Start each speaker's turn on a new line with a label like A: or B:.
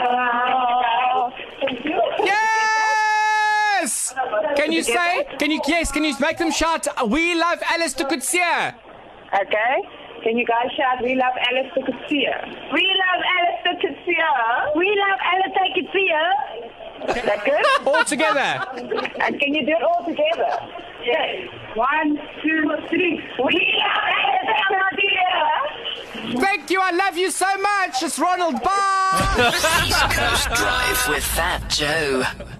A: tumezabarika.
B: Yes! Can you say? Can you yes? Can you make them shout? We love Alice de Kutsia.
A: Okay. Can you guys shout, we love Alice de Casilla? We love Alice de Casilla. We love Alice de Casilla. Is that good?
B: all together.
A: and can you do it all together? Yes. One, two, three. We love Alice de Casilla.
B: Thank you. I love you so much. It's Ronald. Bye.
C: East Coast Drive with Fat Joe.